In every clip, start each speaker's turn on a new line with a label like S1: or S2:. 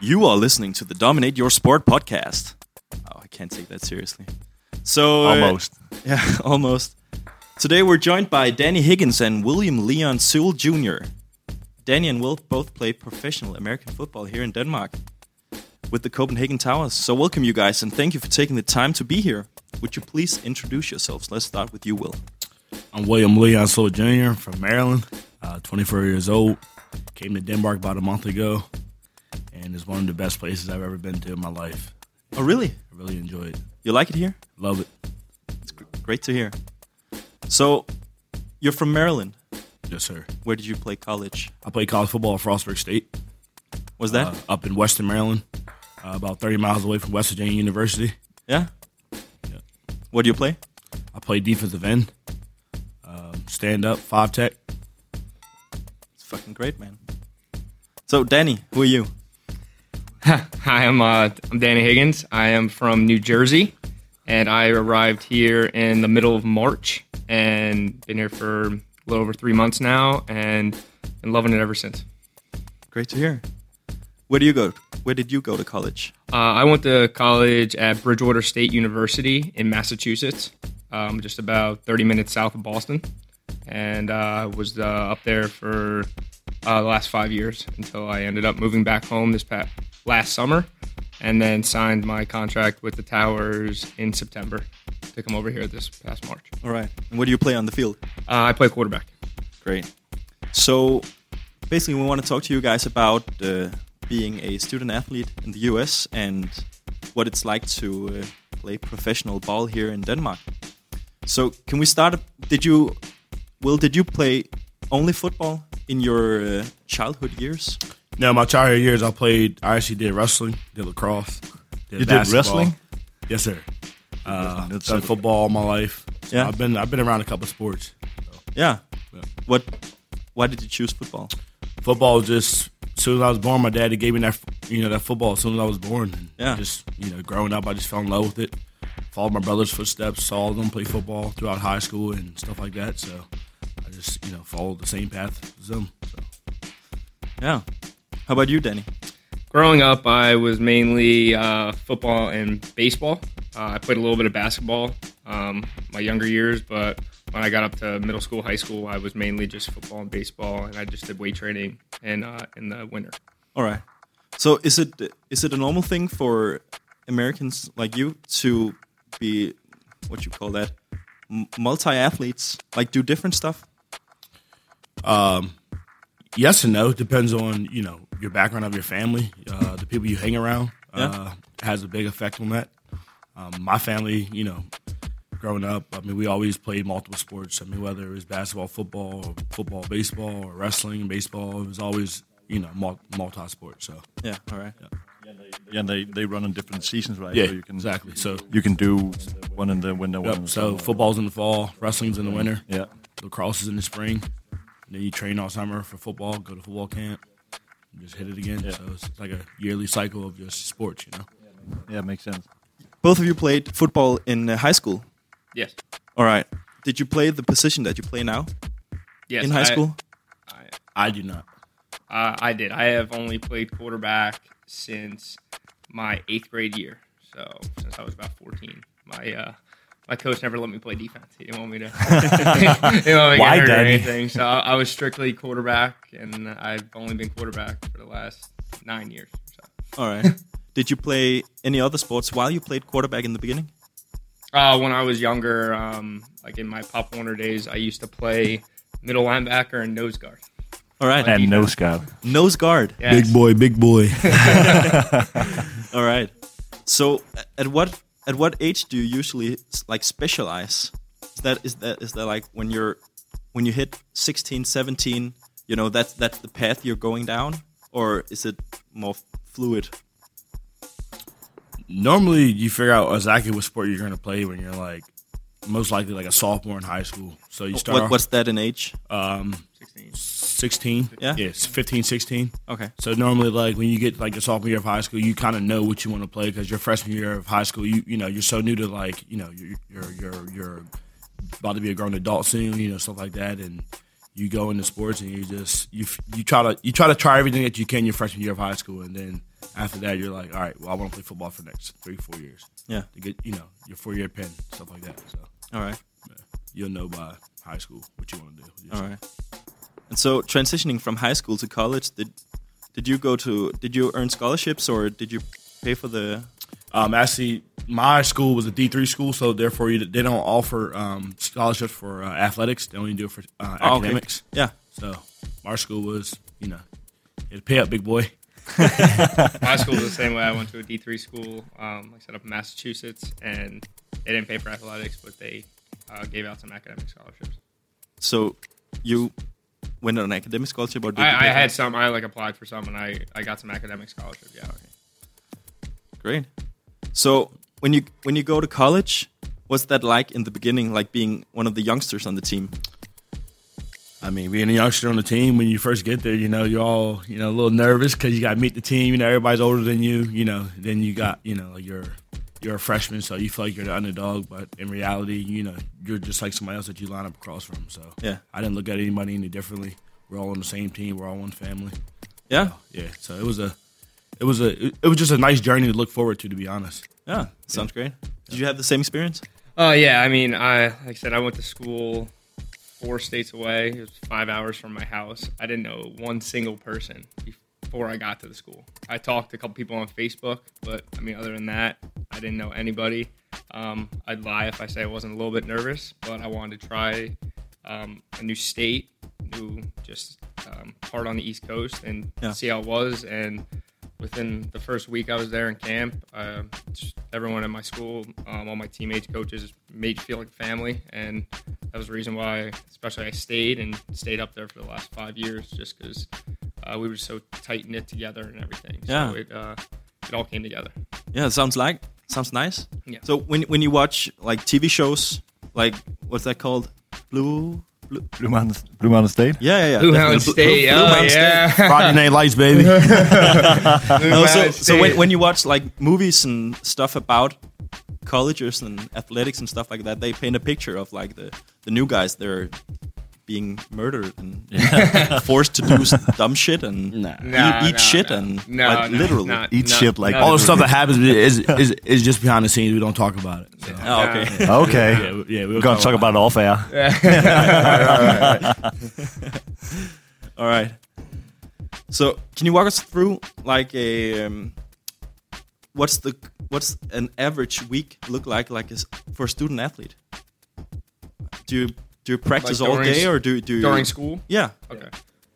S1: You are listening to the Dominate Your Sport podcast. Oh, I can't take that seriously. So uh,
S2: Almost.
S1: yeah, almost. Today we're joined by Danny Higgins and William Leon Sewell Jr. Danny and Will both play professional American football here in Denmark with the Copenhagen Towers. So welcome you guys and thank you for taking the time to be here. Would you please introduce yourselves? Let's start with you, Will.
S2: I'm William Leon Soul Jr. from Maryland, uh, 24 years old. Came to Denmark about a month ago, and it's one of the best places I've ever been to in my life.
S1: Oh, really?
S2: I really enjoy it.
S1: You like it here?
S2: Love it.
S1: It's gr- great to hear. So you're from Maryland.
S2: Yes, sir.
S1: Where did you play college?
S2: I played college football at Frostburg State
S1: Was that?
S2: uh, up in Western Maryland, uh, about 30 miles away from West Virginia University.
S1: yeah?
S2: yeah.
S1: What do you play?
S2: I played defensive end, um, stand up, five tech.
S1: It's fucking great, man. So Danny, who are you?
S3: Hi, I'm uh, I'm Danny Higgins. I am from New Jersey, and I arrived here in the middle of March, and been here for a little over three months now, and been loving it ever since.
S1: Great to hear. Where do you go? Where did you go to college?
S3: Uh, I went to college at Bridgewater State University in Massachusetts, um, just about 30 minutes south of Boston, and uh, was uh, up there for uh, the last five years until I ended up moving back home this past last summer, and then signed my contract with the Towers in September to come over here this past March.
S1: All right. And what do you play on the field?
S3: Uh, I play quarterback.
S1: Great. So basically, we want to talk to you guys about uh, being a student athlete in the US and what it's like to uh, play professional ball here in Denmark. So can we start? Did you, Will? Did you play only football in your uh, childhood years?
S2: Now, my childhood years, I played. I actually did wrestling, did lacrosse. Did
S4: You did
S2: basketball.
S4: wrestling?
S2: Yes, sir. Uh,
S4: That's
S2: done
S4: it.
S2: football all my life. So
S1: Yeah.
S2: I've been I've been around a couple of sports.
S1: Yeah.
S2: Yeah.
S1: What? Why did you choose football?
S2: Football was just as soon as I was born, my daddy gave me that you know that football as soon as I was born. And
S1: Yeah.
S2: Just you know, growing up, I just fell in love with it. Followed my brother's footsteps, saw them play football throughout high school and stuff like that. So I just you know followed the same path as them. So.
S1: Yeah. How about you, Danny?
S3: Growing up, I was mainly uh, football and baseball. Uh, I played a little bit of basketball um, my younger years, but when I got up to middle school, high school, I was mainly just football and baseball, and I just did weight training and uh, in the winter.
S1: All right. So is it is it a normal thing for Americans like you to be what you call that M- multi athletes, like do different stuff?
S2: yes and no depends on you know your background of your family uh, the people you hang around uh, has a big effect on that um, my family you know growing up i mean we always played multiple sports i mean whether it was basketball football or football baseball or wrestling baseball it was always you know mul- multi-sport so
S1: Yeah. All right.
S4: Yeah, and they, they run in different seasons, right?
S2: yeah
S4: so you can,
S2: exactly so
S4: You can do one in the winter, one in
S2: yep,
S4: the
S2: so
S4: summer.
S2: football's in the fall wrestling's in the winter
S4: Yeah.
S2: lacrosse is in the spring and then you train all summer for football go to football camp and just hit it again so it's like a yearly cycle of just sports you know
S4: Yeah, makes sense.
S1: Both of you played football in uh, high school.
S3: Yes,
S1: All right. Did you play the position that you play now
S3: yes.
S1: in high
S3: I-
S1: school?
S2: I do not.
S3: Uh, I did. I have only played quarterback since my eighth grade year, so since I was about fourteen. My uh, my coach never let me play defense. He didn't want me to. he didn't want me to get
S2: Why,
S3: hurt or
S2: Daddy?
S3: anything. So I, I was strictly quarterback, and I've only been quarterback for the last nine years. So.
S1: All right. Did you play any other sports while you played quarterback in the beginning?
S3: Uh, when I was younger, um, like in my Pop Warner days, I used to play middle linebacker and nose guard.
S1: All right.
S4: And no scout.
S1: Nose guard.
S3: Yes.
S2: boy, big boy.
S1: All right. So a- at what at what age do you usually s- like specialize? Is that is that is that like when you're when you hit 16, 17, you know that's that's the path you're going down or is it more f- fluid?
S2: Normally, you figure out exactly what sport you're going to play when you're like most likely like a sophomore in high school. So you start
S1: What, what's that in age?
S2: um, 16.
S1: Yeah?
S2: Yes, 15, 16.
S1: Okay.
S2: So normally, like when you get like your sophomore year of high school, you kind of know what you want to play because your freshman year of high school, you you know you're so new to like you know you're you're you're, you're about to be a grown adult soon, you know stuff like that, and you go into sports and you just you f- you try to you try to try everything that you can your freshman year of high school, and then after that you're like, all right, well I want to play football for the next three four years
S1: Yeah.
S2: to get you know your four year pin stuff like that. So
S1: All right.
S2: you'll know by high school what you want to do.
S1: All right. And so transitioning from high school to college, did did you go to did you earn scholarships or did you pay for the
S2: Um, actually, my school was a D three school, so therefore you, they don't offer um, scholarships for uh, athletics. They only do it for
S1: Oh,
S2: uh,
S1: okay.
S2: academics.
S1: Yeah.
S2: So our school was, you know, it pay up, big boy.
S3: My school was the same way. I went to a D three school, um, like set up in Massachusetts, and they didn't pay for athletics, but they uh, gave out some academic scholarships.
S1: So you went on an academic scholarship or did
S3: I,
S1: you pay
S3: I
S1: for
S3: had
S1: it?
S3: some. I like applied for some, and I, I got some academic scholarship. Yeah.
S1: great. So when you when you go to college, what's that like in the beginning, like being one of the youngsters on the team?
S2: I mean, being a youngster on the team when you first get there, you know, you're all you know a little nervous because you got to meet the team. You know, everybody's older than you. You know, then you got you know like you're you're a freshman, so you feel like you're the underdog, but in reality, you know, you're just like somebody else that you line up across from. So
S1: Yeah.
S2: I didn't look at anybody any differently. We're all on the same team. We're all one family.
S1: Yeah.
S2: yeah. So it was a, it was a, it was just a nice journey to look forward to, to be honest.
S1: Yeah. Sounds great. Did you have the same experience?
S3: Oh yeah. I mean, I like I said, I went to school four states away. It was five hours from my house. I didn't know one single person before I got to the school. I talked to a couple people on Facebook, but I mean, other than that, I didn't know anybody. Um, I'd lie if I say I wasn't a little bit nervous, but I wanted to try um, a new state, new just um, part on the East Coast, and
S1: Yeah.
S3: see how it was. And within the first week I was there in camp, uh, just everyone in my school, um, all my teammates, coaches, made you feel like family, and that was the reason why, especially I stayed and stayed up there for the last five years, just because uh, we were so tight knit together and everything.
S1: Yeah.
S3: So it, uh, it all came together.
S1: Yeah, sounds like sounds nice.
S3: Yeah.
S1: So when when you watch like TV shows, like what's that called? Blue. Blue.
S4: Blue Mountain, Blue Mountain State.
S1: Yeah, yeah, yeah. definitely.
S3: Blue Mountain
S1: Blue-
S3: State.
S1: Blue- Blue Mountain State.
S2: Friday Night Lights, baby.
S1: No, so, so when, when you watch like movies and stuff about colleges and athletics and stuff like that, they paint a picture of like the, the new guys they're being murdered and forced to do s- dumb shit and eat, eat shit and like, literally.
S4: Eat shit like-
S2: all the stuff that happens is, is is just behind the scenes. We don't talk about it. So.
S1: Oh, okay.
S4: Okay.
S2: Yeah, we- yeah, we
S4: We're gonna talk about it off air.
S1: All right. So, can you walk us through like a um, what's the what's an average week look like like is for a student athlete? Do you do you practice all
S3: during
S1: day
S3: s-
S1: or do do you,
S3: during school.
S1: Yeah.
S3: Okay.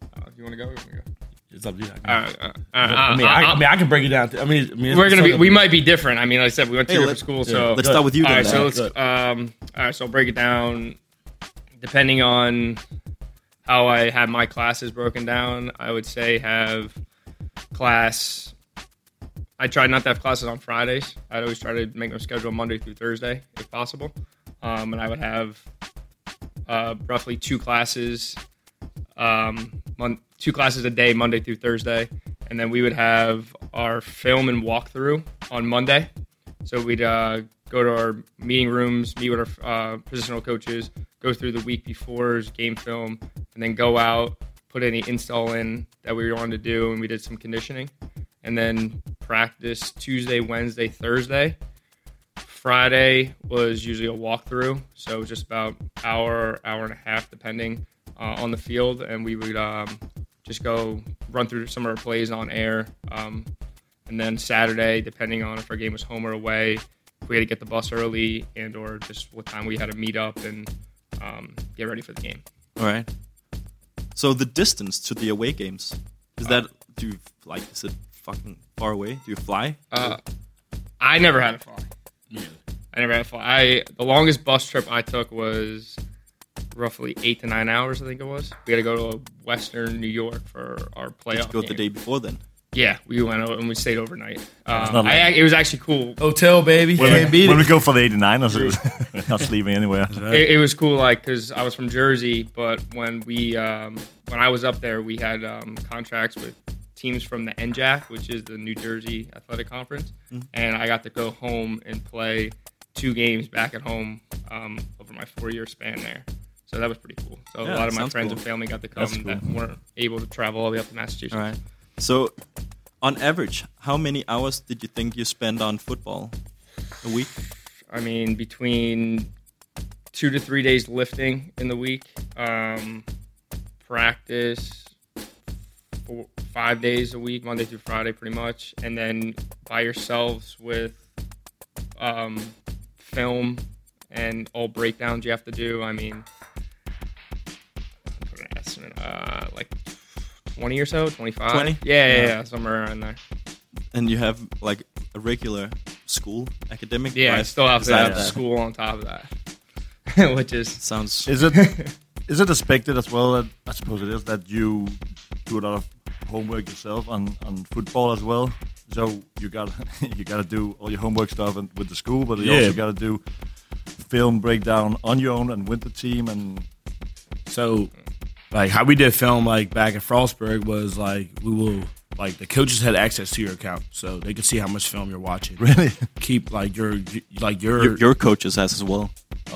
S3: Uh, you want to go? You want to go?
S2: It's up to you.
S3: All right, uh, uh,
S2: I mean,
S3: uh,
S2: I,
S3: uh,
S2: I mean, I can break it down. I mean, I mean
S3: we're gonna be. We might be different. I mean, like I said, we went to
S1: Hey, let-
S3: different schools,
S2: yeah,
S3: so
S1: Let's start with you.
S3: Oh, all
S1: Then,
S3: right, so
S1: Matt.
S3: let's. Um, all right, so I'll break it down. Depending on how I have my classes broken down, I would say have class. I try not to have classes on Fridays. I'd always try to make my schedule Monday through Thursday if possible, um, and I would have uh, roughly two classes, um, mon- two classes a day, Monday through Thursday, and then we would have our film and walkthrough on Monday. So we'd uh, go to our meeting rooms, meet with our uh, positional coaches, go through the week before's game film, and then go out, put any install in that we wanted to do, and we did some conditioning, and then practice Tuesday, Wednesday, Thursday. Friday was usually a walkthrough, so just about hour, hour and a half, depending uh, on the field, and we would um, just go run through some of our plays on air. Um, and then Saturday, depending on if our game was home or away, if we had to get the bus early and or just what time we had to meet up and um, get ready for the game.
S1: All right. So the distance to the away games is that do you like is it fucking far away? Do you fly?
S3: Uh, I never had a fly. I never had a fly. I the longest bus trip I took was roughly eight to nine hours. I think it was. We had to go to Western New York for our playoff.
S1: Did you go the
S3: game.
S1: day before then?
S3: Yeah, we went over and we stayed overnight. Um,
S4: not
S3: I, ac- it was actually cool.
S5: Hotel, baby.
S4: When,
S5: Can't
S4: we,
S5: beat
S4: when we
S5: it.
S4: go for the 89ers, we're not sleeping anywhere.
S3: It, it was cool, like because I was from Jersey, but when we um, when I was up there, we had um, contracts with teams from the NJAC, which is the New Jersey Athletic Conference,
S1: Mm-hmm.
S3: and I got to go home and play two games back at home um, over my four year span there. So that was pretty cool. So
S1: Yeah,
S3: a lot of my
S1: sounds
S3: friends
S1: cool.
S3: and family got to come
S4: That's cool.
S3: that weren't able to travel all the way up to Massachusetts.
S1: All right. So, on average, how many hours did you think you spend on football a week?
S3: I mean, between two to three days lifting in the week, um, practice four, five days a week, Monday through Friday, pretty much, and then by yourselves with um, film and all breakdowns you have to do. I mean, put an estimate, uh, like 20 or so, 25.
S1: 20?
S3: Yeah, yeah, yeah, somewhere around there.
S1: And you have like a regular school academic
S3: Yeah, I
S1: life
S3: still have to
S1: beside
S3: have
S1: that.
S3: school on top of that, which is
S1: Sounds
S4: Is it is it expected as well? That, I suppose it is that you do a lot of homework yourself on, on football as well. So you got you got to do all your homework stuff and, with the school, but you
S2: Yeah.
S4: also got to do film breakdown on your own and with the team. And
S2: So, like how we did film like back at Frostburg was like we will like the coaches had access to your account, so they could see how much film you're watching.
S4: really,
S2: Keep like your like your,
S1: your, your coaches has as well.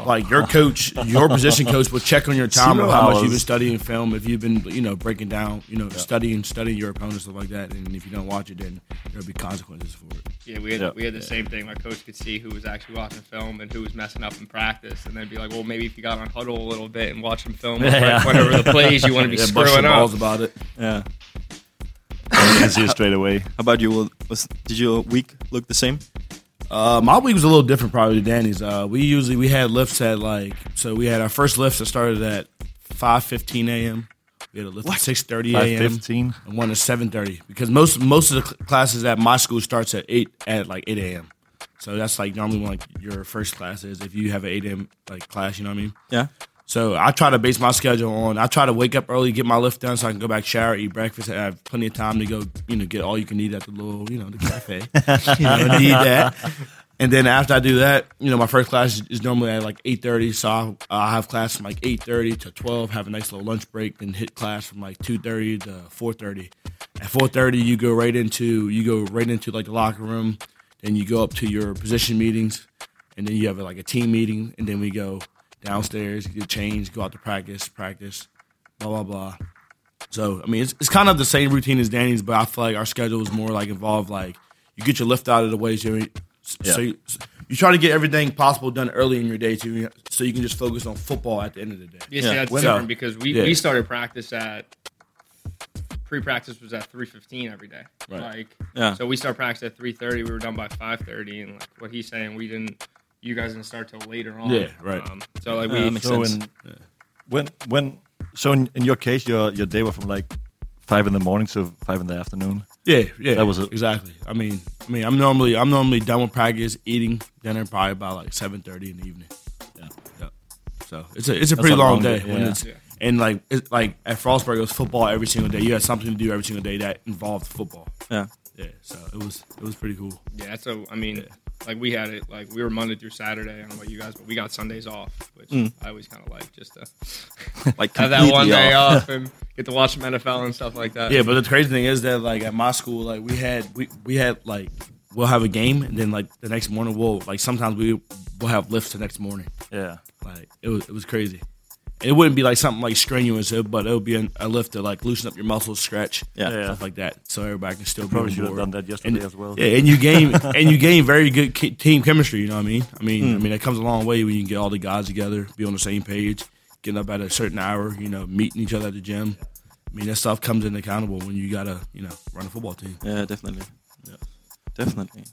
S2: like your coach, your position coach will check on your time
S4: Zero
S2: on how much
S4: hours.
S2: you've been studying film. If you've been you know breaking down, you know studying studying your opponents stuff like that, and if you don't watch it, then there'll be consequences for it.
S3: Yeah, we had
S4: Yeah.
S3: we had the same thing. My coach could see who was actually watching film and who was messing up in practice, and then be like, "Well, maybe if you got on huddle a little bit and watch some film,
S4: Yeah.
S3: went over the plays you want to be
S2: Yeah, bust
S3: screwing
S2: some
S3: up."
S2: balls about it.
S1: Yeah. How
S4: you can see it straight away.
S1: about you? Will? Was, did your week look the same?
S2: Uh, my week was a little different probably than Danny's. Uh, we usually we had lifts at like so we had our first lifts that started at five fifteen a.m. We had a lift at six thirty
S4: Five
S2: a.m.
S4: fifteen.
S2: and one at seven thirty because most most of the cl- classes at my school starts at eight at like eight a.m. So that's like normally when like your first class is if you have an eight a.m. like class, you know what I mean.
S1: Yeah.
S2: So I try to base my schedule on. I try to wake up early, get my lift done, so I can go back, shower, eat breakfast, and have plenty of time to go, you know, get all you can eat at the little, you know, the cafe. you know, and eat that. And then after I do that, you know, my first class is normally at like eight thirty, so I'll, I'll have class from like eight thirty to twelve, have a nice little lunch break, then hit class from like two thirty to four thirty. At four thirty, you go right into you go right into like the locker room, then you go up to your position meetings and then you have like a team meeting, and then we go downstairs, get changed, go out to practice, practice, blah blah blah. So I mean, it's, it's kind of the same routine as Danny's, but I feel like our schedule is more like involved. Like you get your lift out of the way, so, you- so you, you try to get everything possible done early in your day, too, so you can just focus on football at the end of the day.
S3: Yeah, see,
S1: Yeah.
S3: that's
S2: When-
S3: different because we,
S2: Yeah.
S3: we started practice at pre-practice was at three fifteen every day.
S2: Right.
S3: Like,
S1: Yeah.
S3: so we start practice at three thirty. We were done by five thirty, and like what he's saying, we didn't. You guys didn't start till later on.
S2: Yeah, right.
S3: Um, so like
S1: Yeah,
S3: we
S1: that makes
S4: So
S1: sense.
S4: in, when when so in, in your case, your your day was from like five in the morning to five in the afternoon.
S2: Yeah, yeah,
S4: That was it.
S2: exactly. I mean, I mean, I'm normally I'm normally done with practice, eating dinner probably by like seven thirty in the evening. Yeah, yeah. So it's a it's a pretty
S4: a
S2: long,
S4: long
S2: day.
S4: day,
S2: when
S4: yeah.
S2: it's-
S3: Yeah.
S2: And like it's like at Frostburg, it was football every single day. You had something to do every single day that involved football.
S1: Yeah.
S2: Yeah, so it was it was pretty cool.
S3: Yeah, so I mean, like we had it like we were Monday through Saturday. I don't know about you guys, but we got Sundays off, which I always kind of like just to
S1: Like
S3: have that one
S1: Mm. completely
S3: day
S1: off.
S3: off and get to watch some NFL and stuff like that.
S2: Yeah, but the crazy thing is that like at my school, like we had we we had like we'll have a game, and then like the next morning we'll like sometimes we we'll have lifts the next morning.
S4: Yeah.
S2: Like it was it was crazy. It wouldn't be like something like strenuous, it- but it would be an, a lift to like loosen up your muscles, stretch,
S1: Yeah.
S4: Yeah.
S2: stuff like that, so everybody can still
S4: Probably
S2: be on
S4: should have
S2: board.
S4: done that yesterday
S2: And,
S4: as well.
S2: Yeah, and you gain and you gain very good ki- team chemistry. You know what I mean? I mean,
S4: Hmm.
S2: I mean, it comes a long way when you can get all the guys together, be on the same page, getting up at a certain hour. You know, meeting each other at the gym. I mean, that stuff comes in accountable when you gotta, you know, run a football team.
S1: Yeah, definitely. Definitely.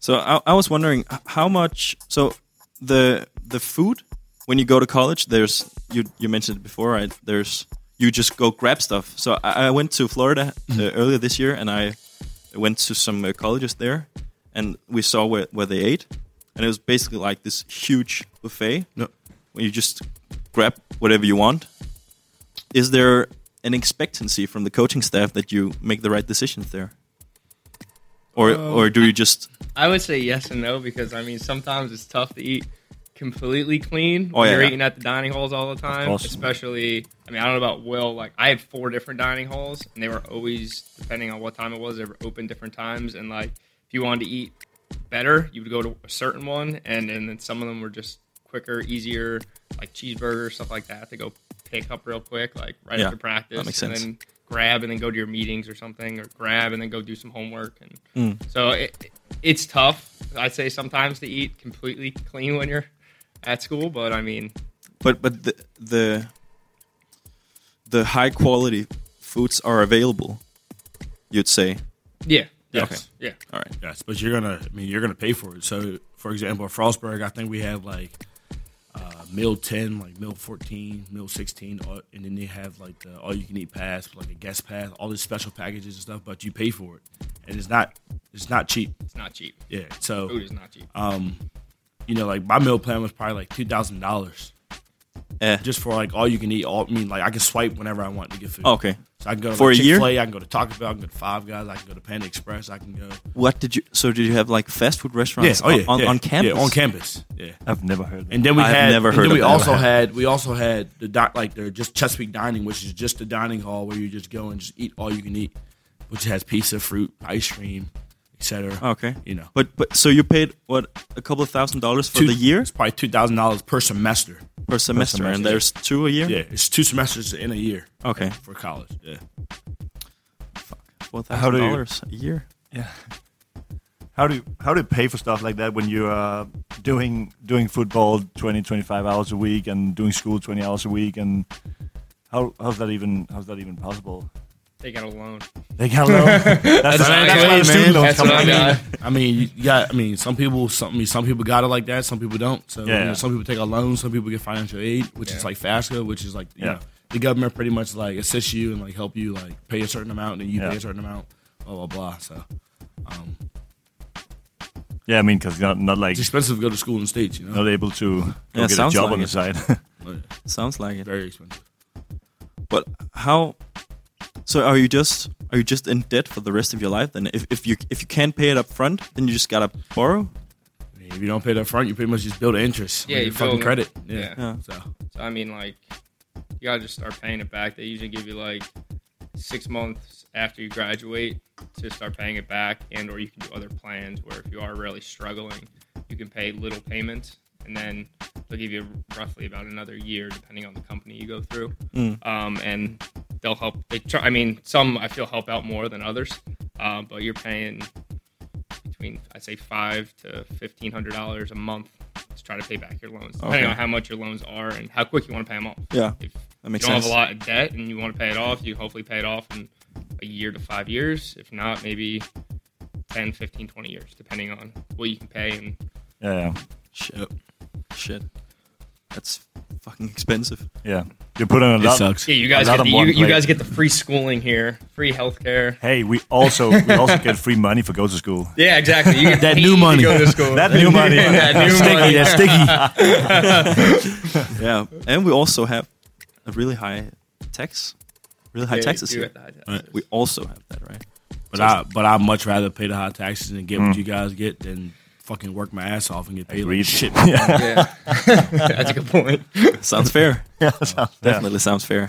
S1: So I, I was wondering h- how much. So the the food when you go to college, there's you you mentioned it before, right? There's you just go grab stuff. So I, I went to Florida uh, earlier this year, and I went to some uh, colleges there, and we saw where, where they ate, and it was basically like this huge buffet
S2: No.
S1: where you just grab whatever you want. Is there an expectancy from the coaching staff that you make the right decisions there?
S2: Uh,
S1: or or do you just?
S3: I would say yes and no because I mean sometimes it's tough to eat completely clean.
S1: Oh,
S3: when
S1: yeah,
S3: you're
S1: yeah.
S3: eating at the dining halls all the time,
S4: course.
S3: especially. I mean, I don't know about Will. Like, I had four different dining halls, and they were always depending on what time it was. They were open different times, and like if you wanted to eat better, you would go to a certain one, and, and then some of them were just quicker, easier, like cheeseburger stuff like that to go pick up real quick, like right
S1: Yeah,
S3: after practice,
S1: that makes
S3: and
S1: sense.
S3: then grab and then go to your meetings or something, or grab and then go do some homework. And
S1: Mm.
S3: so it, it's tough. I'd say sometimes to eat completely clean when you're at school, but I mean,
S1: But but the the, the high quality foods are available. You'd say,
S3: yeah,
S2: Yes.
S3: yeah,
S1: all right.
S2: Yes, but you're gonna. I mean, you're gonna pay for it. So, for example, at Frostburg, I think we have like uh, meal ten, like meal fourteen, meal sixteen, all, and then they have like the all you can eat pass, like a guest pass, all these special packages and stuff. But you pay for it, and it's not. It's not cheap.
S3: it's not cheap.
S2: Yeah. So
S3: Food is not cheap.
S1: Uh,
S2: you know, like my meal plan was probably like two thousand dollars
S1: Eh.
S2: just for like all you can eat. All I mean, like I can swipe whenever I want to get food.
S1: Okay.
S2: So I can go to
S1: For
S2: like,
S1: a year?
S2: Chick-fil-A, I can go to Taco Bell, I can go to Five Guys, I can go to Panda Express, I can go.
S1: What did you? So did you have like fast food
S2: Yeah,
S1: restaurants
S2: oh yeah,
S1: on,
S2: yeah,
S1: on campus?
S2: Yeah, on campus. Yeah.
S4: I've never heard. That.
S2: And then we
S1: I've
S2: had.
S1: never
S2: and
S1: heard
S2: then
S1: of
S2: we
S1: that.
S2: also had. We also had the di- like the just Chesapeake dining, which is just the dining hall where you just go and just eat all you can eat, which has pizza, fruit, ice cream, etc.
S1: Okay.
S2: You know,
S1: But but so you paid what a couple of thousand dollars for the year
S2: It's probably two thousand dollars per semester.
S1: per semester, and
S2: semester.
S1: there's two a year.
S2: Yeah, it's two semesters in a year.
S1: Okay.
S2: for college. Yeah.
S1: Four
S4: How
S1: thousand
S4: do you-
S1: dollars a year.
S4: How do you how do you pay for stuff like that when you're uh, doing doing football 20, 25 hours a week and doing school twenty hours a week and how how's that even how's that even possible?
S3: They got a loan.
S4: They got a loan. that's that's,
S3: what I
S4: that's why
S3: got,
S4: the student
S2: man.
S4: loans
S2: That's
S4: come
S2: what I
S4: in.
S2: got. I mean, you- yeah. I mean, some people, some I mean, some people got it like that. Some people don't. So you
S4: Yeah.
S2: know, some people take a loan. Some people get financial aid, which is
S3: Yeah.
S2: like FAFSA, which is like you
S4: Yeah.
S2: know, the government pretty much like assists you and like help you like pay a certain amount, and then you
S4: Yeah.
S2: pay a certain amount. Blah blah blah. So
S4: Yeah, I mean, because not not like
S2: it's expensive to go to school in the states. You know,
S4: not able to go
S1: Yeah,
S4: get a
S1: sounds
S4: job
S1: like
S4: on the
S1: it.
S4: side.
S1: Sounds like it.
S2: very expensive.
S1: But how? So are you just are you just in debt for the rest of your life? Then if, if you if you can't pay it up front, then you just gotta borrow.
S2: I mean, if you don't pay that front, you pretty much just build interest.
S3: Yeah,
S2: on
S3: you
S2: your fucking
S3: build-
S2: credit. Yeah.
S3: yeah.
S1: Yeah.
S2: So
S3: So I mean, like, you gotta just start paying it back. They usually give you like six months after you graduate to start paying it back, and or you can do other plans where if you are really struggling, you can pay little payments, and then they'll give you roughly about another year, depending on the company you go through. Um, and they'll help. They try. I mean, some I feel help out more than others, uh, but you're paying between I'd say five to fifteen hundred dollars a month to try to pay back your loans, depending
S1: Okay.
S3: on how much your loans are and how quick you want to pay them off.
S1: Yeah,
S3: If
S1: that makes
S3: you don't
S1: sense.
S3: have a lot of debt and you want to pay it off, you hopefully pay it off in a year to five years. If not, maybe 10, 15, 20 years, depending on what you can pay. And
S4: yeah,
S1: Shit, shit, that's fucking expensive.
S4: yeah. You put in a
S2: it
S4: lot.
S2: sucks.
S3: yeah, you guys
S4: lot
S3: get
S4: on
S3: the, you,
S4: one
S3: you
S4: plate.
S3: guys get the free schooling here, free healthcare.
S4: Hey, we also we also get free money for go to school.
S3: Yeah, exactly. You get
S2: That
S3: paid
S2: new
S3: to
S2: money.
S3: go to school.
S4: That new money.
S3: That new money.
S4: That's sticky.
S1: Yeah, and we also have a really high tax, really high
S3: Yeah,
S1: taxes
S3: you
S1: here.
S3: get that.
S2: Right.
S1: We also have that, right?
S2: But I but I'd much rather pay the high taxes and get what you guys get than fucking work my ass off and get paid like
S4: Agreed.
S2: shit.
S3: Yeah. That's a good point.
S1: Sounds fair.
S4: Yeah, sounds- yeah.
S1: Definitely sounds fair.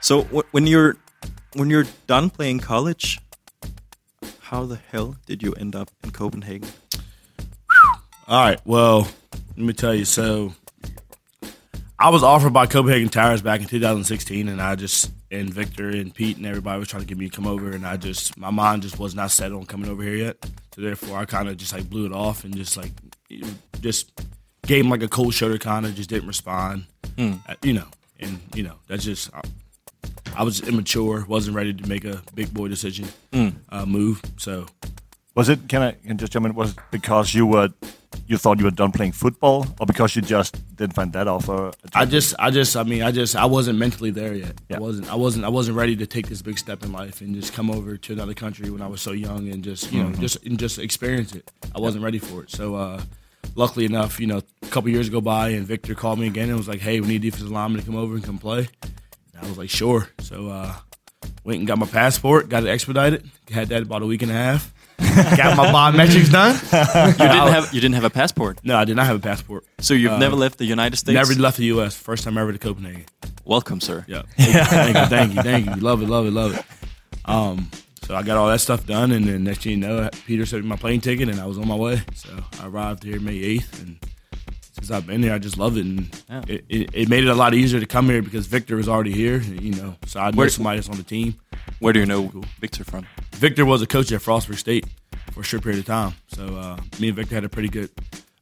S1: So wh- when you're when you're done playing college, how the hell did you end up in Copenhagen?
S2: All right. Well, let me tell you. So, I was offered by Copenhagen Tires back in 2016, and I just and Victor and Pete and everybody was trying to get me to come over, and I just my mind just was not set on coming over here yet. So therefore, I kind of just like blew it off and just like you know, just gave him like a cold shoulder, kind of just didn't respond. Uh, You know, and you know that's just I, I was immature, wasn't ready to make a big boy decision uh, move. uh, So
S4: Was it? Can I can just jump in? Was it because you were you thought you were done playing football, or because you just didn't find that offer?
S2: I just, I just, I mean, I just, I wasn't mentally there yet.
S4: Yeah.
S2: I wasn't, I wasn't, I wasn't ready to take this big step in life and just come over to another country when I was so young and just, you know, just and just experience it. I wasn't ready for it. So, uh, luckily enough, you know, a couple years go by and Victor called me again and was like, "Hey, we need defensive lineman to come over and come play." And I was like, "Sure." So, uh, went and got my passport, got it expedited, had that about a week and a half, got my biometrics done.
S1: You didn't have you didn't have a passport,
S2: No, I did not have a passport.
S1: so you've never left the United States.
S2: Never left the U.S. First time ever to Copenhagen.
S1: Welcome, sir.
S2: Yeah. Thank you, thank you, thank you. Love it, love it, love it. Um, so I got all that stuff done, and then next thing you know, Peter sent me my plane ticket, and I was on my way. So I arrived here May eighth, and since I've been here, I just love it, and
S1: Yeah.
S2: it, it, it made it a lot easier to come here because Victor was already here, you know. So I knew
S1: Where-
S2: somebody that's on the team.
S1: Where do you know Victor from?
S2: Victor was a coach at Frostburg State for a short period of time. So uh, me and Victor had a pretty good,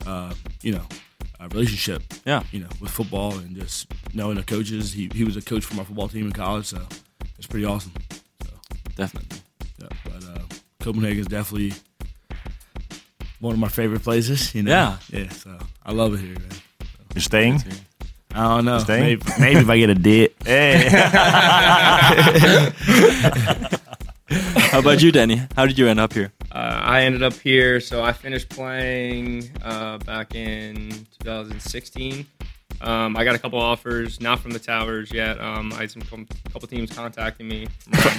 S2: uh, you know, uh, relationship.
S1: Yeah.
S2: You know, with football and just knowing the coaches. He he was a coach for my football team in college, so it's pretty awesome.
S1: Definitely.
S2: Yeah, but uh, Copenhagen is definitely one of my favorite places. You know.
S1: Yeah.
S2: Yeah. So I love it here, man.
S4: You're staying.
S2: I don't know.
S4: Staying?
S2: Maybe, maybe if I get a dip.
S4: Hey,
S1: How about you, Danny? How did you end up here?
S3: Uh, I ended up here, so I finished playing uh, back in 2016. Um, I got a couple offers, not from the Towers yet. Um, I had some com- couple teams contacting me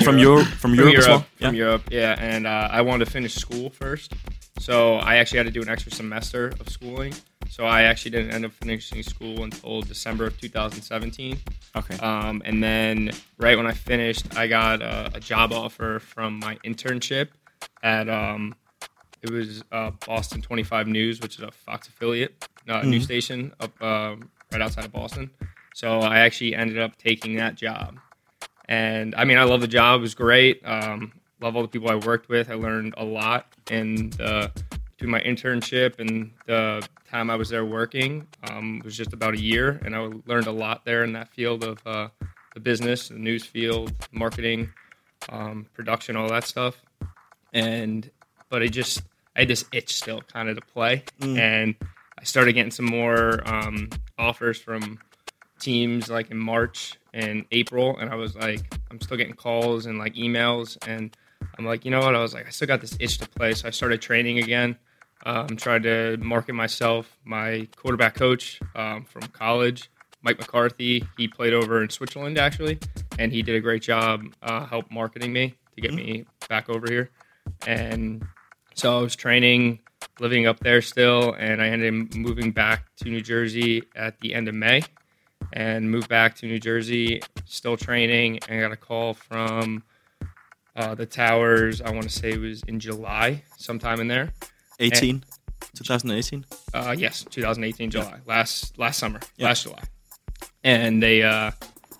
S1: From Europe, from
S3: from
S1: Europe, as
S3: Europe,
S1: well.
S3: from
S1: yeah.
S3: Europe, yeah. And uh, I wanted to finish school first, so I actually had to do an extra semester of schooling. So I actually didn't end up finishing school until December of 2017.
S1: Okay.
S3: Um, and then right when I finished, I got a, a job offer from my internship at um, it was uh, Boston 25 News, which is a Fox affiliate uh, news station up um, right outside of Boston. So I actually ended up taking that job, and I mean I love the job; it was great. Um, love all the people I worked with. I learned a lot in the between my internship and the time I was there working. Um, it was just about a year, and I learned a lot there in that field of uh, the business, the news field, marketing, um, production, all that stuff and but I just I had this itch still kind of to play, and I started getting some more um, offers from teams like in March and April, and I was like, I'm still getting calls and like emails, and I'm like, you know what? I was like, I still got this itch to play, so I started training again. Um, tried to market myself. My quarterback coach um, from college, Mike McCarthy, he played over in Switzerland actually, and he did a great job uh, help marketing me to get me back over here. And so I was training, living up there still, and I ended up moving back to New Jersey at the end of May and moved back to New Jersey, still training, and got a call from uh, the Towers. I want to say it was in July, sometime in there.
S1: 18, 2018.
S3: Uh, yes, 2018 July, last last summer,
S1: Yeah.
S3: last July, and they uh,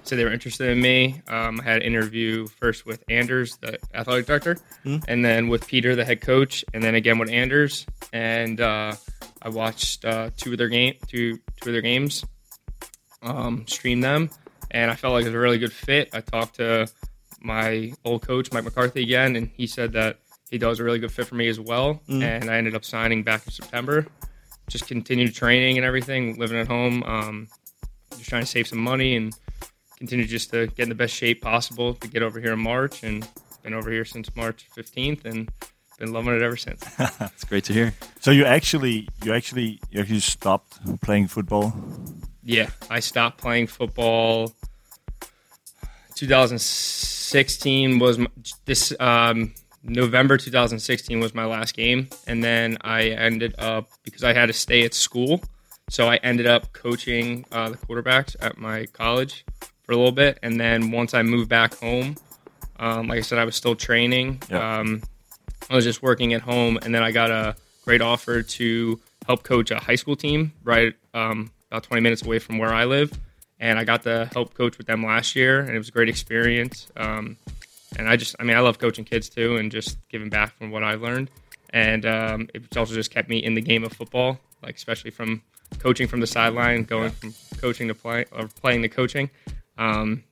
S3: said they were interested in me. Um, I had an interview first with Anders, the athletic director, and then with Peter, the head coach, and then again with Anders. And uh, I watched uh, two of their game, two two of their games, um, streamed them, and I felt like it was a really good fit. I talked to my old coach, Mike McCarthy, again, and he said that he thought it was a really good fit for me as well. And I ended up signing back in September. Just continued training and everything, living at home, um, just trying to save some money and continue just to get in the best shape possible to get over here in March. And been over here since March 15th and been loving it ever since.
S1: It's great to hear.
S4: so you actually you actually you actually stopped playing football.
S3: Yeah, I stopped playing football. 2016 was my, this um, November 2016 was my last game, and then I ended up because I had to stay at school, so I ended up coaching uh, the quarterbacks at my college for a little bit, and then once I moved back home, um, like I said, I was still training.
S4: Yeah.
S3: Um, I was just working at home, and then I got a great offer to help coach a high school team right um, about 20 minutes away from where I live. And I got to help coach with them last year, and it was a great experience. Um, and I just, I mean, I love coaching kids too, and just giving back from what I learned. And um, it's also just kept me in the game of football, like especially from coaching from the sideline, going from coaching to play or playing to coaching. Um,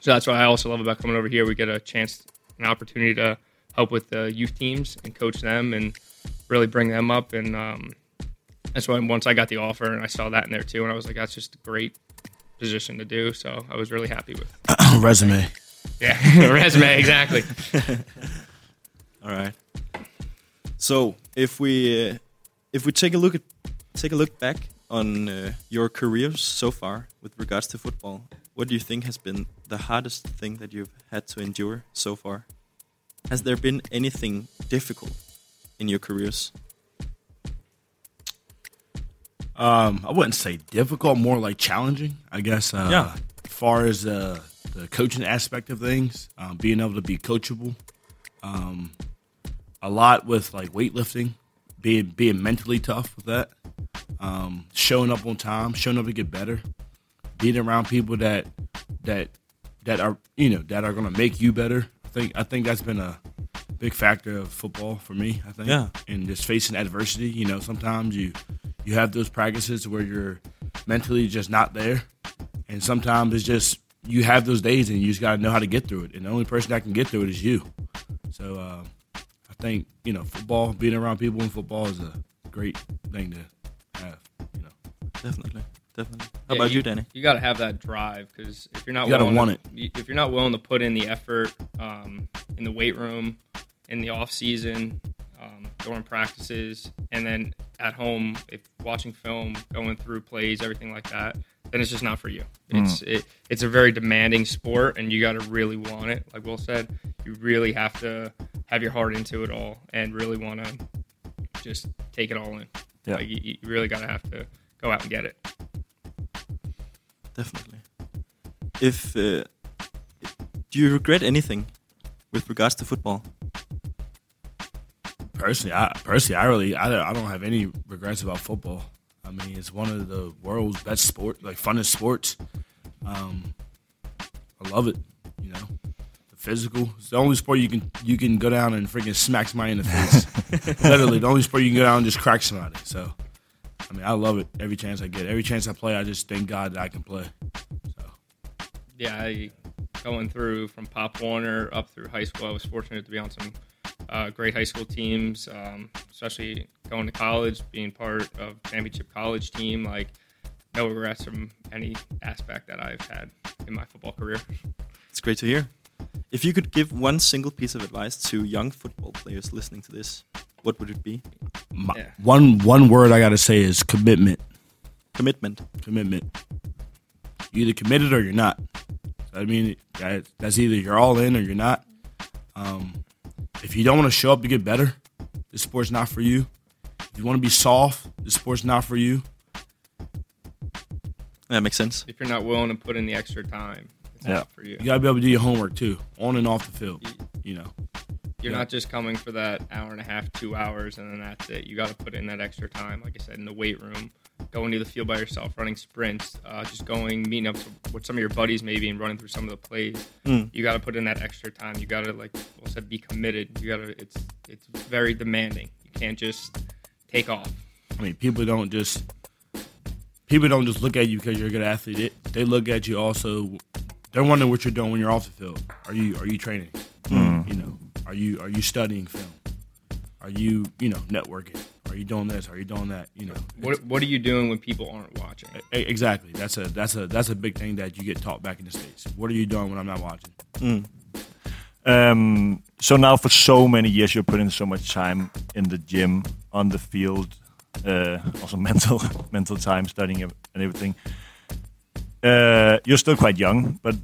S3: so that's what I also love about coming over here. We get a chance, an opportunity to help with the youth teams and coach them and really bring them up. And um, that's why once I got the offer and I saw that in there too, and I was like, that's just a great position to do. So I was really happy with.
S2: resume.
S3: Yeah, resume exactly.
S1: All right. So if we uh, if we take a look at take a look back on uh, your careers so far with regards to football, what do you think has been the hardest thing that you've had to endure so far? Has there been anything difficult in your careers?
S2: Um, I wouldn't say difficult, more like challenging, I guess. Uh,
S1: Yeah.
S2: As far as uh, the coaching aspect of things, um, being able to be coachable, um, a lot with like weightlifting, being being mentally tough with that, um, showing up on time, showing up to get better, being around people that that that are you know that are going to make you better. I think I think that's been a big factor of football for me. I think,
S1: Yeah.
S2: and just facing adversity. You know, sometimes you you have those practices where you're mentally just not there, and sometimes it's just you have those days and you just got to know how to get through it. And the only person that can get through it is you. So uh, I think you know football, being around people in football is a great thing to have. You know.
S1: Definitely, definitely. How
S3: Yeah,
S1: about you, Danny?
S3: You got to have that drive because if you're not
S2: You gotta
S3: willing
S2: want
S3: to, if you're not willing to put in the effort um, in the weight room, in the off season, um, during practices, and then at home, if watching film, going through plays, everything like that, then it's just not for you. It's it, it's a very demanding sport, and you got to really want it. Like Will said, you really have to have your heart into it all and really want to just take it all in.
S4: Yeah.
S3: Like you, you really got to have to go out and get it.
S1: Definitely. If uh, do you regret anything with regards to football?
S2: Personally, I personally, I really, I don't, I don't have any regrets about football. I mean, it's one of the world's best sport, like funnest sports. Um, I love it. You know, the physical. It's the only sport you can you can go down and freaking smack somebody in the face. Literally, the only sport you can go down and just crack somebody. So, I mean, I love it every chance I get. Every chance I play, I just thank God that I can play. So,
S3: yeah, I, going through from Pop Warner up through high school, I was fortunate to be on some uh, great high school teams, um, especially going to college, being part of championship college team. Like, no regrets from any aspect that I've had in my football career.
S1: It's great to hear. If you could give one single piece of advice to young football players listening to this, what would it be?
S2: my,
S3: Yeah.
S2: one one word I gotta say is commitment.
S1: Commitment.
S2: commitment. You either committed or you're not. So, I mean, that- that's either you're all in or you're not. Um, if you don't want to show up to get better, this sport's not for you. If you want to be soft, this sport's not for you.
S1: That makes sense.
S3: If you're not willing to put in the extra time, it's
S4: Yeah.
S3: not for you.
S2: You gotta be able to do your homework too, on and off the field.
S3: You-
S2: You know,
S3: You're
S2: Yeah.
S3: not just coming for that hour and a half, two hours, and then that's it. You got to put in that extra time, like I said, in the weight room, going to the field by yourself, running sprints, uh, just going, meeting up with some of your buddies maybe and running through some of the plays.
S1: Mm.
S3: You got to put in that extra time. You got to, like I said, be committed. You got to, it's, it's very demanding. You can't just take off.
S2: I mean, people don't just people don't just look at you because you're a good athlete. It, they look at you also. They're wondering what you're doing when you're off the field. Are you are you training? You know, are you are you studying film? Are you you know networking? Are you doing this? Are you doing that? You know,
S3: What, what are you doing when people aren't watching?
S2: E- exactly. That's a that's a that's a big thing that you get taught back in the states. What are you doing when I'm not watching?
S4: Um, so now for so many years, you're putting so much time in the gym, on the field, uh, also mental mental time studying ev- and everything. Uh, you're still quite young, but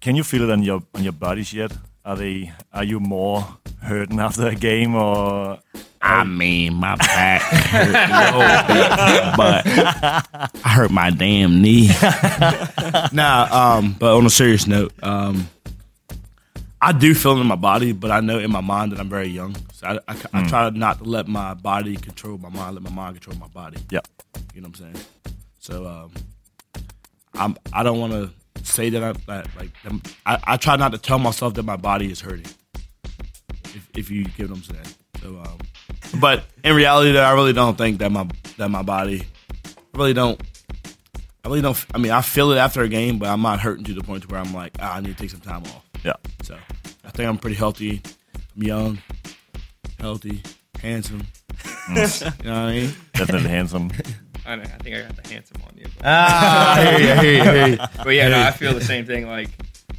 S4: can you feel it on your on your bodies yet? Are they are you more hurting after a game or
S2: I mean, my back hurt but I hurt my damn knee. nah, um, but on a serious note, um, I do feel it in my body, but I know in my mind that I'm very young. So I, I, I try not to let my body control my mind, let my mind control my body.
S4: yeah?
S2: You know what I'm saying? So um, I'm I don't want to say that I that, like um, I, I try not to tell myself that my body is hurting. If, if you get what I'm saying. So um, but in reality, though, I really don't think that my that my body. I really don't. I really don't. I mean, I feel it after a game, but I'm not hurting to the point to where I'm like, ah, I need to take some time off.
S4: Yeah,
S2: So I think I'm pretty healthy. I'm young, healthy, handsome. you know what I mean?
S4: Definitely handsome.
S3: I, don't know, I think I got the handsome on you. But,
S2: Ah, hey, hey, hey.
S3: but yeah, no, I feel the same thing. Like,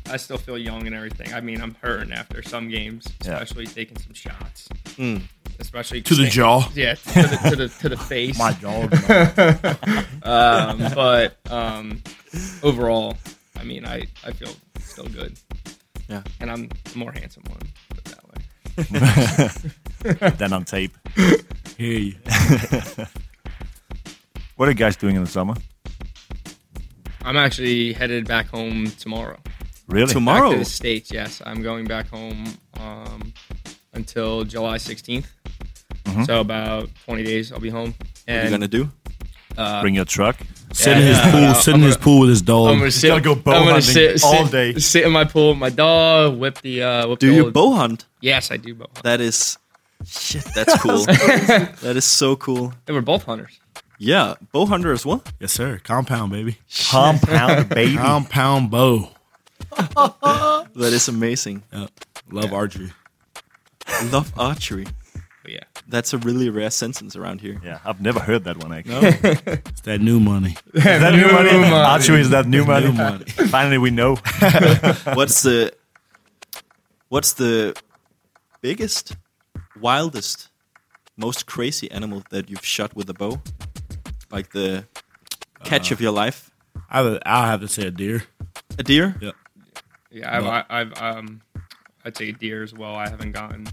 S3: I still feel young and everything. I mean, I'm hurting after some games,
S4: Yeah.
S3: especially taking some shots,
S1: Mm.
S3: especially
S2: To the jaw.
S3: Yeah, to the to the, to the face.
S2: My jaw.
S3: um, but um, overall, I mean, I, I feel still good.
S1: Yeah.
S3: And I'm the more handsome one, put it that way.
S4: then on tape.
S2: Hear you.
S4: What are you guys doing in the summer?
S3: I'm actually headed back home tomorrow.
S4: Really?
S3: Back to
S1: Tomorrow,
S3: the States, yes. I'm going back home um, until July 16th.
S4: Mhm.
S3: So about 20 days, I'll be home.
S1: what are you
S3: And
S1: gonna do?
S3: uh,
S4: Bring your truck.
S2: Sit in his
S3: yeah,
S2: pool.
S3: yeah.
S2: sit
S3: I'm
S2: in his
S3: gonna-
S2: pool with his dog.
S3: I'm gonna sit.
S4: gotta go bow
S3: I'm gonna
S4: hunting
S3: sit, sit
S4: all day.
S3: Sit in my pool with my dog. Whip the. Uh, whip
S1: Do
S3: the
S1: you
S3: old-
S1: bow hunt?
S3: Yes, I do bow. Hunt.
S1: That is shit. That's cool. that is so cool.
S3: They were both hunters.
S1: Yeah, bow hunter as well.
S2: yes, sir. Compound, baby.
S4: Compound baby.
S2: Compound bow.
S1: That is amazing.
S2: Yep. Love archery.
S1: Love archery.
S3: But yeah.
S1: That's a really rare sentence around here.
S4: yeah, I've never heard that one actually.
S2: It's that new money.
S4: Is that new money?
S3: money.
S4: Archery is that new money?
S2: New money.
S4: Finally, we know.
S1: What's the What's the biggest, wildest, most crazy animal that you've shot with a bow? Like the catch of your life?
S2: I would, I'll have to say a deer.
S1: A deer?
S2: Yep.
S3: Yeah, I've, I- I've um, I'd say deer as well. I haven't gotten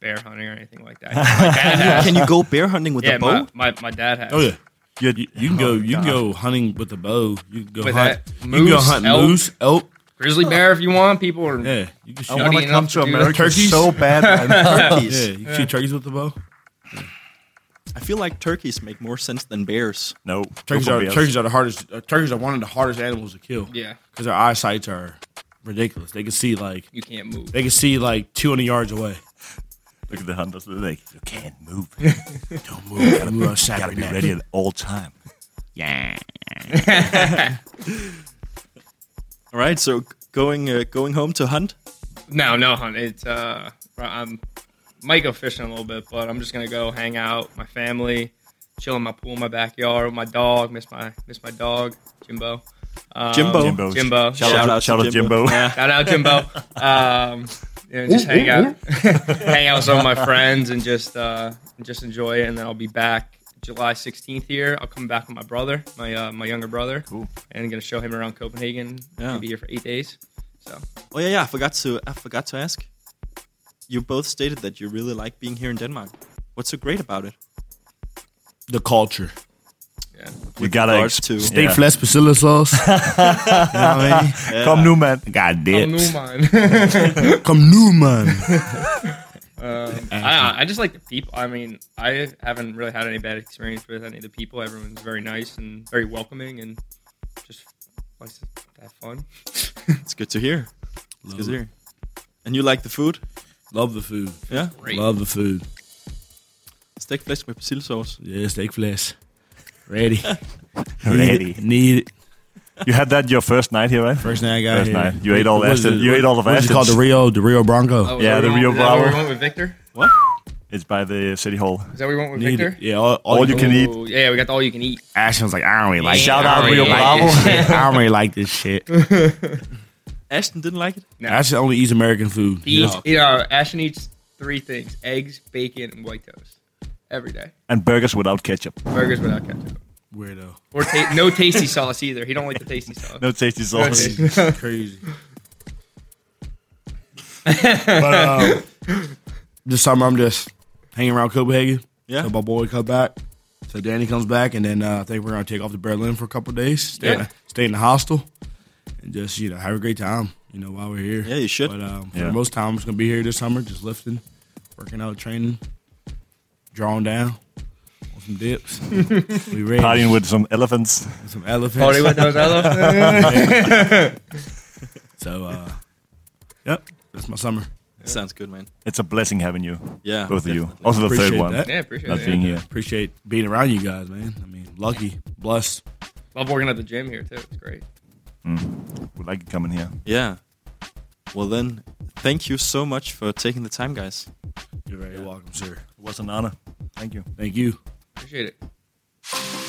S3: bear hunting or anything like that. My dad has.
S1: Uh, Can you go bear hunting with
S3: yeah,
S1: a bow?
S3: my, my, my dad has.
S2: Oh yeah. You, you, you can go.
S4: Oh,
S2: you can
S4: God.
S2: go hunting with a bow. You can go
S3: With
S2: hunt.
S3: that
S2: you can go
S3: moose,
S2: hunt
S3: elk.
S2: moose, elk.
S3: Grizzly bear if you want. People are
S2: Yeah. You can
S4: Oh, I
S2: shoot.
S3: wanna
S4: want
S2: Yeah.
S4: to
S3: enough
S4: come
S3: to
S4: to
S3: do
S4: America
S2: turkeys?
S4: so bad. man.
S1: turkeys.
S2: You can shoot turkeys with the bow.
S1: I feel like turkeys make more sense than bears.
S4: no,
S2: Turkeys
S4: go for
S2: are
S4: bears.
S2: turkeys are the hardest. Uh, turkeys are one of the hardest animals to kill.
S3: Yeah.
S2: Because their eyesights are ridiculous. They can see like
S3: You can't move.
S2: they can see like two hundred yards away.
S4: Look at the hunters. They're like, you can't move.
S2: Don't move. Gotta, move outside
S4: Gotta
S2: right
S4: be
S2: now.
S4: ready at all time.
S1: All right, so g- going uh, going home to hunt.
S3: No, no, hun. It's uh, I'm might go fishing a little bit, but I'm just gonna go hang out with my family, chill in my pool in my backyard with my dog. Miss my miss my dog, Jimbo. Um,
S1: Jimbo.
S4: Jimbo.
S3: Jimbo.
S4: Shout, out,
S1: to
S4: shout out Jimbo.
S1: Yeah.
S3: Shout out Jimbo. Um, you know, just hang out, hang out with some of my friends, and just uh, just enjoy it. And then I'll be back July 16th here. I'll come back with my brother, my uh, my younger brother,
S4: Cool.
S3: and I'm gonna show him around Copenhagen.
S1: Yeah.
S3: He'll be here for eight days. So
S1: Oh yeah, yeah. I forgot to I forgot to ask. You both stated that you really like being here in Denmark. What's so great about it?
S2: The culture.
S3: yeah,
S4: You gotta
S1: regards
S4: ex-
S1: to-
S4: stay
S2: Steak flesh basilic sauce. you know what I mean?
S1: Yeah.
S4: Come new man. God
S3: I'm
S4: damn.
S3: new mine.
S2: Come new man.
S3: Um, I, don't know, I just like the people. I mean, I haven't really had any bad experience with any of the people. Everyone's very nice and very welcoming, and just likes to have fun.
S1: It's good to hear. It's good
S2: Love
S1: to
S2: it.
S1: hear. And you like the food?
S2: Love the food.
S1: Yeah.
S3: Great.
S2: Love the food.
S1: Steak flesh with basil sauce.
S2: Yeah, steak flesh. Ready.
S4: Ready.
S2: Need it. Need it.
S4: You had that your first night here, right?
S2: First night I got
S4: First
S2: here.
S4: night. You ate all the
S2: What is
S4: Aston-
S2: it-
S4: you ate all the
S2: what is it called
S4: Astons.
S2: the Rio, the Rio Bronco.
S3: Oh, is
S4: Yeah,
S3: that
S4: the
S3: where we
S4: Rio
S3: went- is that where
S4: Bravo.
S3: we went with Victor.
S1: What?
S4: It's by the city hall.
S3: Is that where we went with
S2: Need it.
S3: Victor?
S2: Yeah, all, all,
S4: All
S2: you
S4: you can eat.
S3: Ooh, yeah, we got the all you can eat.
S2: Ashton was like, I don't really like.
S4: Shout
S2: it.
S4: out
S2: I don't
S4: Rio
S2: really like this
S4: Bravo.
S2: shit. I don't really like this shit.
S1: Ashton didn't like it.
S3: No.
S2: Ashton only eats American food.
S3: He
S2: You
S3: eats,
S2: know,
S3: you know, Ashton eats three things: eggs, bacon, and white toast every day.
S4: and burgers without ketchup.
S3: Burgers without ketchup,
S2: weirdo.
S3: or ta- no tasty sauce either. He don't like the tasty sauce.
S4: No tasty sauce.
S3: tasty-
S2: Crazy.
S4: but,
S2: uh,
S4: um,
S2: This summer I'm just hanging around Copenhagen.
S1: Yeah.
S2: So my boy come back. So Danny comes back, and then uh, I think we're gonna take off to Berlin for a couple days. Stay,
S3: Yeah.
S2: stay in the hostel, and just you know have a great time. You know while we're here.
S1: Yeah, you should.
S2: But um, for
S4: Yeah.
S2: the most time, I'm just gonna be here this summer, just lifting, working out, training, drawing down, on some dips. we ready.
S4: partying with some elephants.
S2: some elephants.
S3: Party with those elephants.
S2: So, uh, yep, that's my summer.
S1: Sounds good, man.
S4: It's a blessing having you,
S1: Yeah.
S4: both of you.
S1: definitely.
S4: Also the third
S2: Appreciate
S4: one.
S2: that.
S3: Yeah, appreciate
S4: Not
S3: it.
S4: being
S3: yeah.
S4: here.
S2: Appreciate being around you guys, man. I mean, lucky, blessed.
S3: Love working at the gym here too. It's great.
S4: We like you coming here.
S1: Yeah. Well, then, thank you so much for taking the time, guys.
S2: You're very welcome, sir.
S4: It was an honor. Thank you.
S2: Thank you.
S3: Appreciate it.